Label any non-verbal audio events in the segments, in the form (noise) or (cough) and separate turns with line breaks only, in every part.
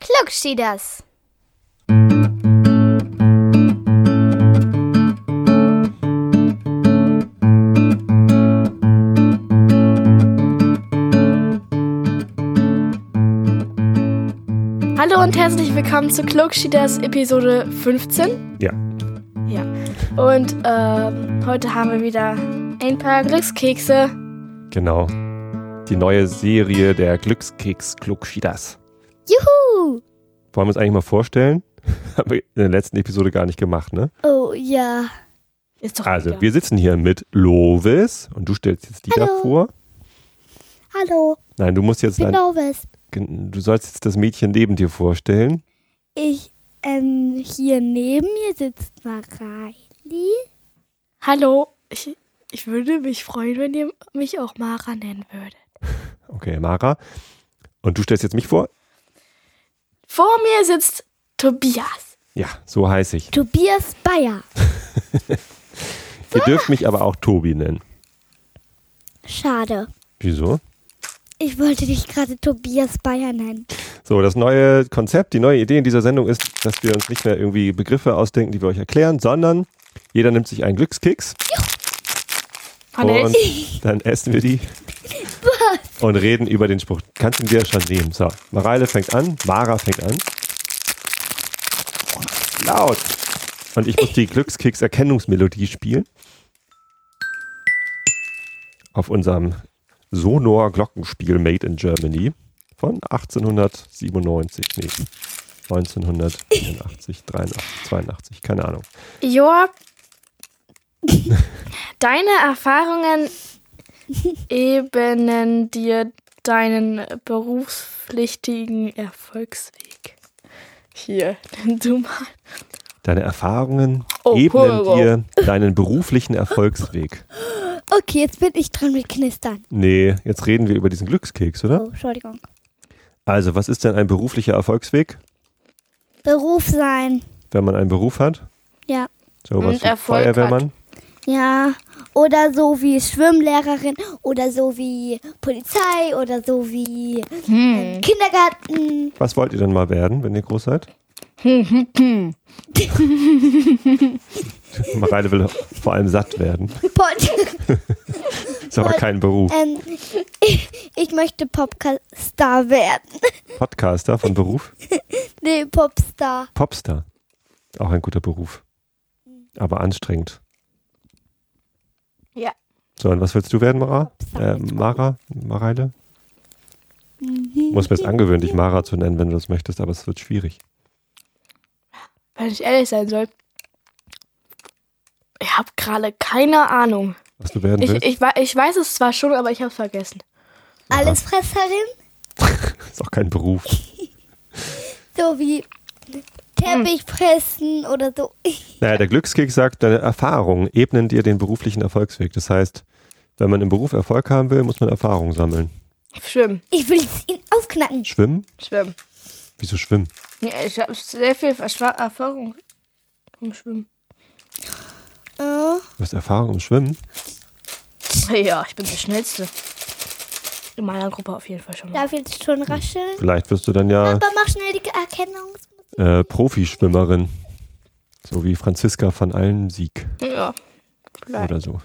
Glück schied das.
Hallo und herzlich willkommen zu Klugschieders Episode 15.
Ja.
Ja. Und ähm, heute haben wir wieder ein paar Glückskekse.
Genau. Die neue Serie der Glückskeks Klugschieders.
Juhu!
Wollen wir uns eigentlich mal vorstellen? (laughs) Haben wir in der letzten Episode gar nicht gemacht, ne?
Oh ja.
Ist doch
Also,
egal.
wir sitzen hier mit Lovis und du stellst jetzt die
Hallo.
da vor.
Hallo, Genau
Nein, du musst jetzt
ich bin
dein,
Norvis.
du sollst jetzt das Mädchen neben dir vorstellen.
Ich, ähm, hier neben mir sitzt Mareili.
Hallo. Ich, ich würde mich freuen, wenn ihr mich auch Mara nennen würdet.
Okay, Mara. Und du stellst jetzt mich vor?
Vor mir sitzt Tobias.
Ja, so heiß ich.
Tobias Bayer.
Ihr dürft mich aber auch Tobi nennen.
Schade.
Wieso?
Ich wollte dich gerade Tobias Bayer nennen.
So, das neue Konzept, die neue Idee in dieser Sendung ist, dass wir uns nicht mehr irgendwie Begriffe ausdenken, die wir euch erklären, sondern jeder nimmt sich einen Glückskeks
Von der
und dann essen wir die und reden über den Spruch. Kannst du ihn dir schon nehmen. So, Mareile fängt an, Mara fängt an. Laut. Und ich muss die Glückskeks-Erkennungsmelodie spielen. Auf unserem Sonor-Glockenspiel Made in Germany von 1897. Nee, 1984, 83, 82, keine Ahnung.
Joa, deine Erfahrungen ebnen dir deinen berufspflichtigen Erfolgsweg. Hier, nimm du mal.
Deine Erfahrungen
Oh,
ebnen
Pulver.
dir deinen beruflichen
(laughs)
Erfolgsweg.
Okay, jetzt bin ich dran mit Knistern.
Nee, jetzt reden wir über diesen Glückskeks,
Oh,
oder?
Entschuldigung.
Also, was ist denn ein beruflicher Erfolgsweg,
Beruf sein.
wenn man einen Beruf hat?
Ja.
So was
Und
wie
Erfolg
Feuerwehrmann?
Ja. Oder so wie Schwimmlehrerin. Oder so wie Polizei. Oder so wie ähm,
Hm.
Kindergarten.
Was wollt ihr denn mal werden, wenn ihr
(laughs)
groß seid? Mareile will vor allem satt werden.
Pod
Ist aber
Pol-
kein Beruf.
ähm, (laughs) ich, ich möchte Popstar werden.
Podcaster von Beruf?
Nee, Popstar.
Popstar. Auch ein guter Beruf. Aber anstrengend.
Ja.
So, und was willst du werden, Mara? Äh, Mara? Mareile? Muss mir jetzt angewöhnen, dich Mara zu nennen, wenn du das möchtest, aber es wird schwierig.
Wenn ich ehrlich sein soll, ich habe gerade keine Ahnung.
Was du werden
Ich,
willst? (laughs)
ich, wei- ich weiß es zwar schon, aber ich habe es vergessen.
Allesfresserin.
Ist auch kein Beruf.
So wie Teppichpressen oder so. (laughs)
Naja, der Glückskick sagt, deine Erfahrungen ebnen dir den beruflichen Erfolgsweg. Das heißt, wenn man im Beruf Erfolg haben will, muss man Erfahrung sammeln.
Schwimmen,
Ich will es ihn aufknacken.
Schwimmen?
schwimmen.
Wieso schwimmen?
Ja, ich habe sehr viel Verschwa- Erfahrung vom Schwimmen.
Äh,
Du hast Erfahrung im Schwimmen?
Ja, ich bin der Schnellste. In meiner Gruppe auf jeden Fall schon. mal.
darf jetzt schon rascheln?
Vielleicht wirst du dann ja
Aber mach schnell die Erkennung.
äh, Profischwimmerin. So wie Franziska von Allensieg
Ja. Vielleicht.
oder so.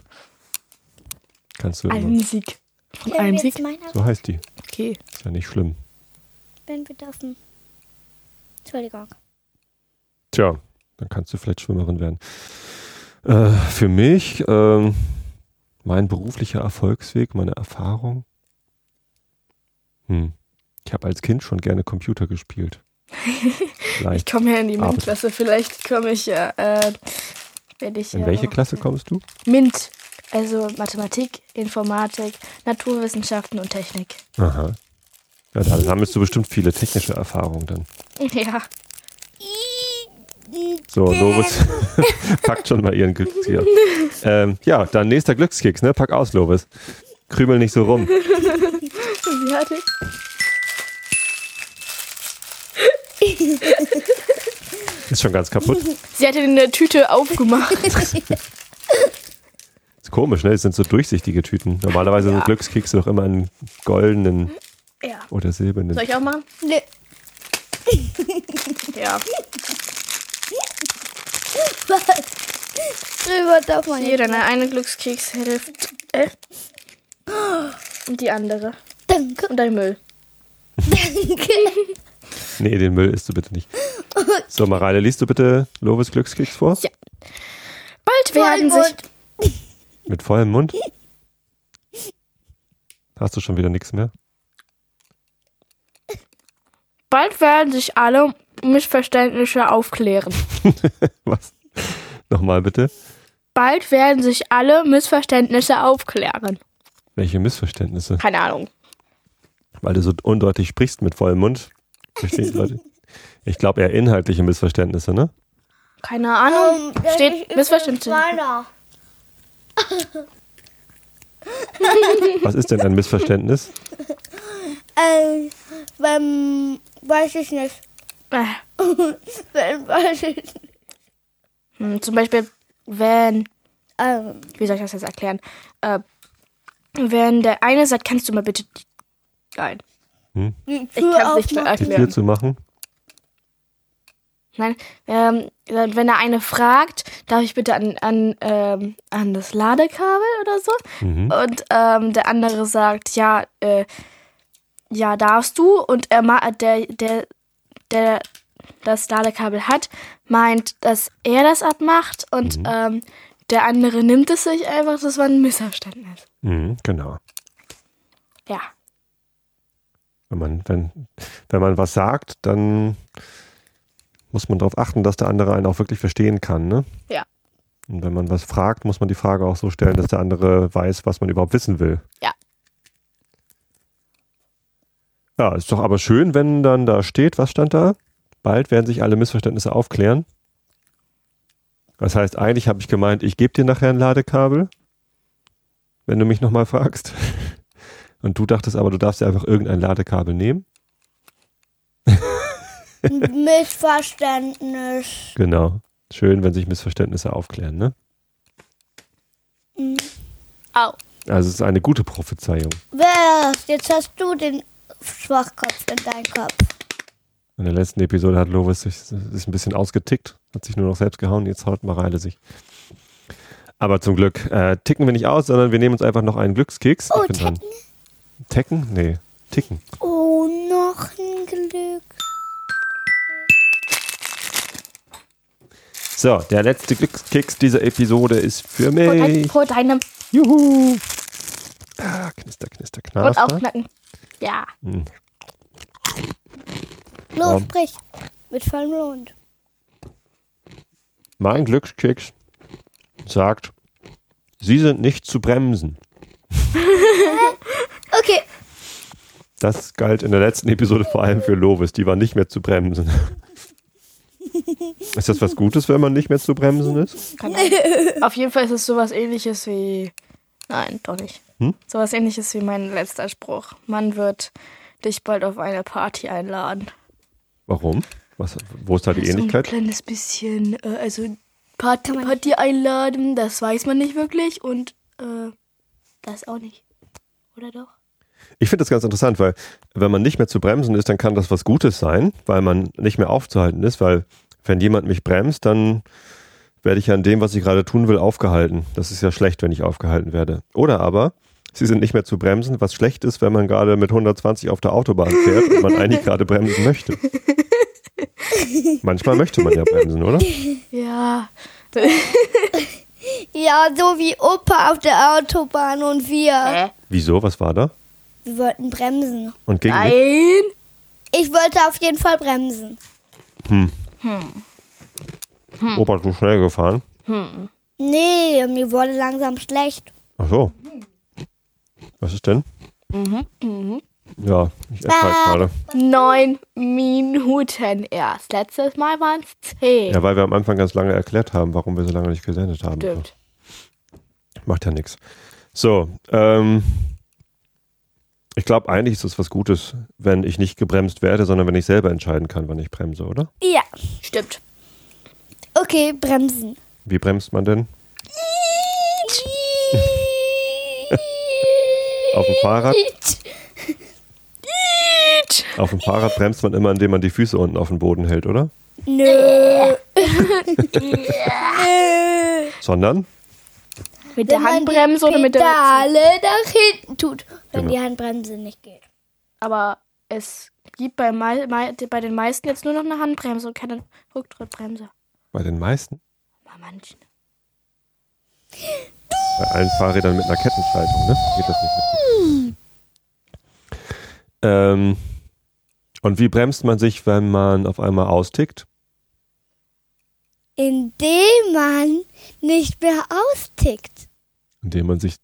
Kannst du
Ein
immer.
Sieg. Von
Können
einem
wir jetzt
Sieg?
meiner
So heißt die.
Okay.
Ist ja nicht schlimm.
bin betroffen. Entschuldigung.
Tja, dann kannst du vielleicht Schwimmerin werden. Äh, für mich, ähm, mein beruflicher Erfolgsweg, meine Erfahrung. Hm. Ich habe als Kind schon gerne Computer
(laughs)
gespielt.
Ich
Vielleicht.
komme ja in die
Abend.
MINT-Klasse. Vielleicht komme ich ja. Äh, wenn ich,
In
ja
welche
noch-
Klasse kommst du?
MINT. Also Mathematik, Informatik, Naturwissenschaften und Technik.
Aha. Ja, da sammelst du bestimmt viele technische Erfahrungen dann.
(laughs) Ja.
So, Lovis (laughs) packt schon mal ihren Glückskeks. Ähm, ja, dann nächster Glückskeks, ne? Pack aus, Lovis. Krümel nicht so rum.
Wie hatte ich?
Ist schon ganz kaputt.
Sie hatte eine Tüte aufgemacht. (laughs)
Ist komisch, ne? Das sind so durchsichtige Tüten. Normalerweise sind Glückskekse doch immer in goldenen
ja.
oder silbernen.
Soll ich auch machen?
Nö.
(laughs) Ja.
Was? Drüber darf man
Hier,
nicht.
deine eine Glückskeks hilft. Äh. Und die andere.
Danke. (laughs)
Und dein Müll.
Danke.
Nee, den Müll isst du bitte
(laughs)
nicht. So, Mareile, liest du bitte Lovis Glückskeks vor?
Ja. Bald werden sich.
Vollmond.
Mit vollem Mund? Hast du schon wieder nichts mehr?
Bald werden sich alle Missverständnisse aufklären.
Was? Nochmal bitte.
Bald werden sich alle Missverständnisse aufklären.
Welche Missverständnisse?
Keine Ahnung.
Weil du so undeutlich sprichst mit vollem Mund. Verstehen die Leute? Ich glaube eher inhaltliche Missverständnisse, ne?
Keine
Ähm,
Ahnung. Steht Missverständnisse.
Weiter.
Was ist denn ein Missverständnis?
Äh, wenn, Ähm, weiß ich nicht.
Äh,
(laughs) Wenn, weiß ich nicht.
hm, zum Beispiel, wenn.
Ähm,
Wie soll ich das jetzt erklären? Äh, wenn der eine sagt, kannst du mal bitte. die- Nein.
die
Ich
Tür
kann es
aufmachen.
nicht
(laughs)
Die Tür
erklären.
zu machen?
Nein. Ähm, dann, wenn der eine fragt, darf ich bitte an, an, ähm, an das Ladekabel oder so?
Mhm.
Und ähm, der andere sagt, ja, äh, ja, darfst du. Und er ma äh, der, der, der das Ladekabel hat, meint, dass er das abmacht und
Mhm.
ähm, der andere nimmt es sich einfach. Das war ein Missverständnis.
Mhm, genau.
Ja.
Wenn man, wenn, wenn man was sagt, dann muss man darauf achten, dass der andere einen auch wirklich verstehen kann, ne?
Ja.
Und wenn man was fragt, muss man die Frage auch so stellen, dass der andere weiß, was man überhaupt wissen will.
Ja.
Ja, ist doch aber schön, wenn dann da steht, was stand da? Bald werden sich alle Missverständnisse aufklären. Das heißt, eigentlich habe ich gemeint, ich gebe dir nachher ein Ladekabel, wenn du mich nochmal fragst. Und du dachtest aber, du darfst dir einfach irgendein Ladekabel nehmen.
Missverständnis.
Genau. Schön, wenn sich Missverständnisse aufklären, ne?
Au.
Also es ist eine gute Prophezeiung.
Wer? Jetzt hast du den Schwachkopf in deinem Kopf.
In der letzten Episode hat Lovis sich ist ein bisschen ausgetickt, hat sich nur noch selbst gehauen, jetzt haut Mareile sich. Aber zum Glück äh, ticken wir nicht aus, sondern wir nehmen uns einfach noch einen Glückskeks.
Oh,
Ich bin dran.
Ticken.
Tecken? Nee, ticken.
Oh, noch ein Glück.
So, der letzte Glückskeks dieser Episode ist für
Pro, dein,
mich.
pro deinem
Juhu! Ah, knister, knister,
und
knaster.
aufknacken. Ja.
Hm.
Los,
Warum?
sprich. Mit vollem Mond.
Mein Glückskeks sagt, Sie sind nicht zu bremsen.
Okay.
Das galt in der letzten Episode vor allem für Lovis. Die war nicht mehr zu bremsen. Ist das was Gutes, wenn man nicht mehr zu bremsen ist?
Keine Ahnung. Auf jeden Fall ist es sowas ähnliches wie. Nein, doch nicht.
Hm?
Sowas ähnliches wie mein letzter Spruch. Man wird dich bald auf eine Party einladen.
Warum? Was, wo ist da die Ähnlichkeit?
So ein kleines bisschen, äh, also Party, Party einladen, das weiß man nicht wirklich und äh, das auch nicht. Oder doch?
Ich finde das ganz interessant, weil wenn man nicht mehr zu bremsen ist, dann kann das was Gutes sein, weil man nicht mehr aufzuhalten ist, weil wenn jemand mich bremst, dann werde ich an dem, was ich gerade tun will, aufgehalten. Das ist ja schlecht, wenn ich aufgehalten werde. Oder aber, sie sind nicht mehr zu bremsen, was schlecht ist, wenn man gerade mit 120 auf der Autobahn fährt und man eigentlich gerade bremsen möchte. Manchmal möchte man ja bremsen, oder?
(laughs) Ja.
Ja, so wie Opa auf der Autobahn und wir.
Wieso? Was war da?
Wir wollten bremsen.
Und gegen mich?
Nein.
Ich wollte auf jeden Fall bremsen.
Opa zu schnell gefahren.
Nee, mir wurde langsam schlecht.
Ach so. Was ist denn? Ja, ich esse halt
Ah.
gerade.
Neun Minuten erst. Letztes Mal waren es zehn.
Ja, weil wir am Anfang ganz lange erklärt haben, warum wir so lange nicht gesendet haben.
Stimmt.
Macht ja nichts. So, ähm, ich glaube, eigentlich ist es was Gutes, wenn ich nicht gebremst werde, sondern wenn ich selber entscheiden kann, wann ich bremse, oder?
Ja.
Stimmt.
Okay, bremsen.
Wie bremst man denn? Auf dem Fahrrad? Auf dem Fahrrad bremst man immer, indem man die Füße unten auf den Boden hält, oder?
Nö.
Sondern?
Mit der Handbremse oder mit der.
Pedale nach hinten tut, wenn
Genau.
die Handbremse nicht geht.
Aber es gibt bei, mei mei bei den meisten jetzt nur noch eine Handbremse und keine Rücktrittbremse.
Bei den meisten?
Bei manchen.
Bei allen Fahrrädern mit einer Kettenschaltung, ne? Geht das nicht mehr. Ähm, und wie bremst man sich, wenn man auf einmal austickt?
Indem man nicht mehr austickt.
Indem man sich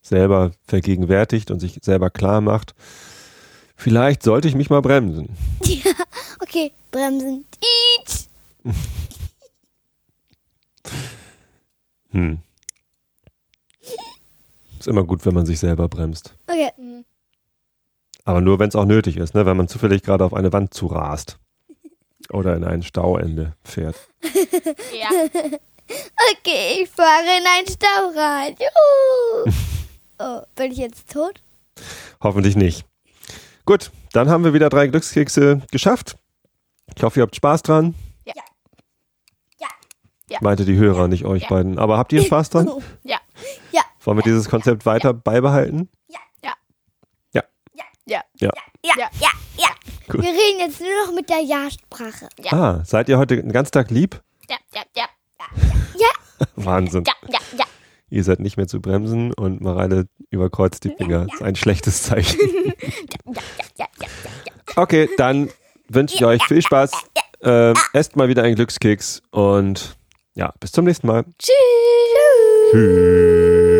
selber vergegenwärtigt und sich selber klar macht, vielleicht sollte ich mich mal bremsen.
Okay, bremsen. Ietsch.
Hm. Ist immer gut, wenn man sich selber bremst.
Okay,
Aber nur, wenn es auch nötig ist, ne? wenn man zufällig gerade auf eine Wand zurast oder in ein Stauende fährt.
(laughs) Ja.
okay, ich fahre in einen Stau rein.
(laughs)
Juhu. Oh, bin ich jetzt tot?
Hoffentlich nicht. Gut, dann haben wir wieder drei Glückskekse geschafft. Ich hoffe, ihr habt Spaß dran.
Ja.
Ja.
Ja.
Meinte die Hörer, nicht euch beiden. Aber
(laughs)
habt ihr Spaß dran?
Oh.
Ja.
Wollen wir dieses Konzept weiter beibehalten?
Ja.
Ja.
Ja.
Ja.
Ja, ja,
Ja.
ja.
Gut.
Wir reden jetzt nur noch mit der Ja-Sprache.
Ja.
Ah, seid ihr heute den ganzen Tag lieb?
Ja. Ja. Ja.
Wahnsinn.
Ja. Ja. Ja.
Ihr seid nicht mehr zu bremsen und Mareile überkreuzt die Finger. Das ist ein schlechtes Zeichen.
(laughs)
Okay, dann wünsche ich euch viel Spaß. Ähm, esst mal wieder einen Glückskeks und ja, bis zum nächsten Mal.
Tschüss.
Tschüss.
(laughs)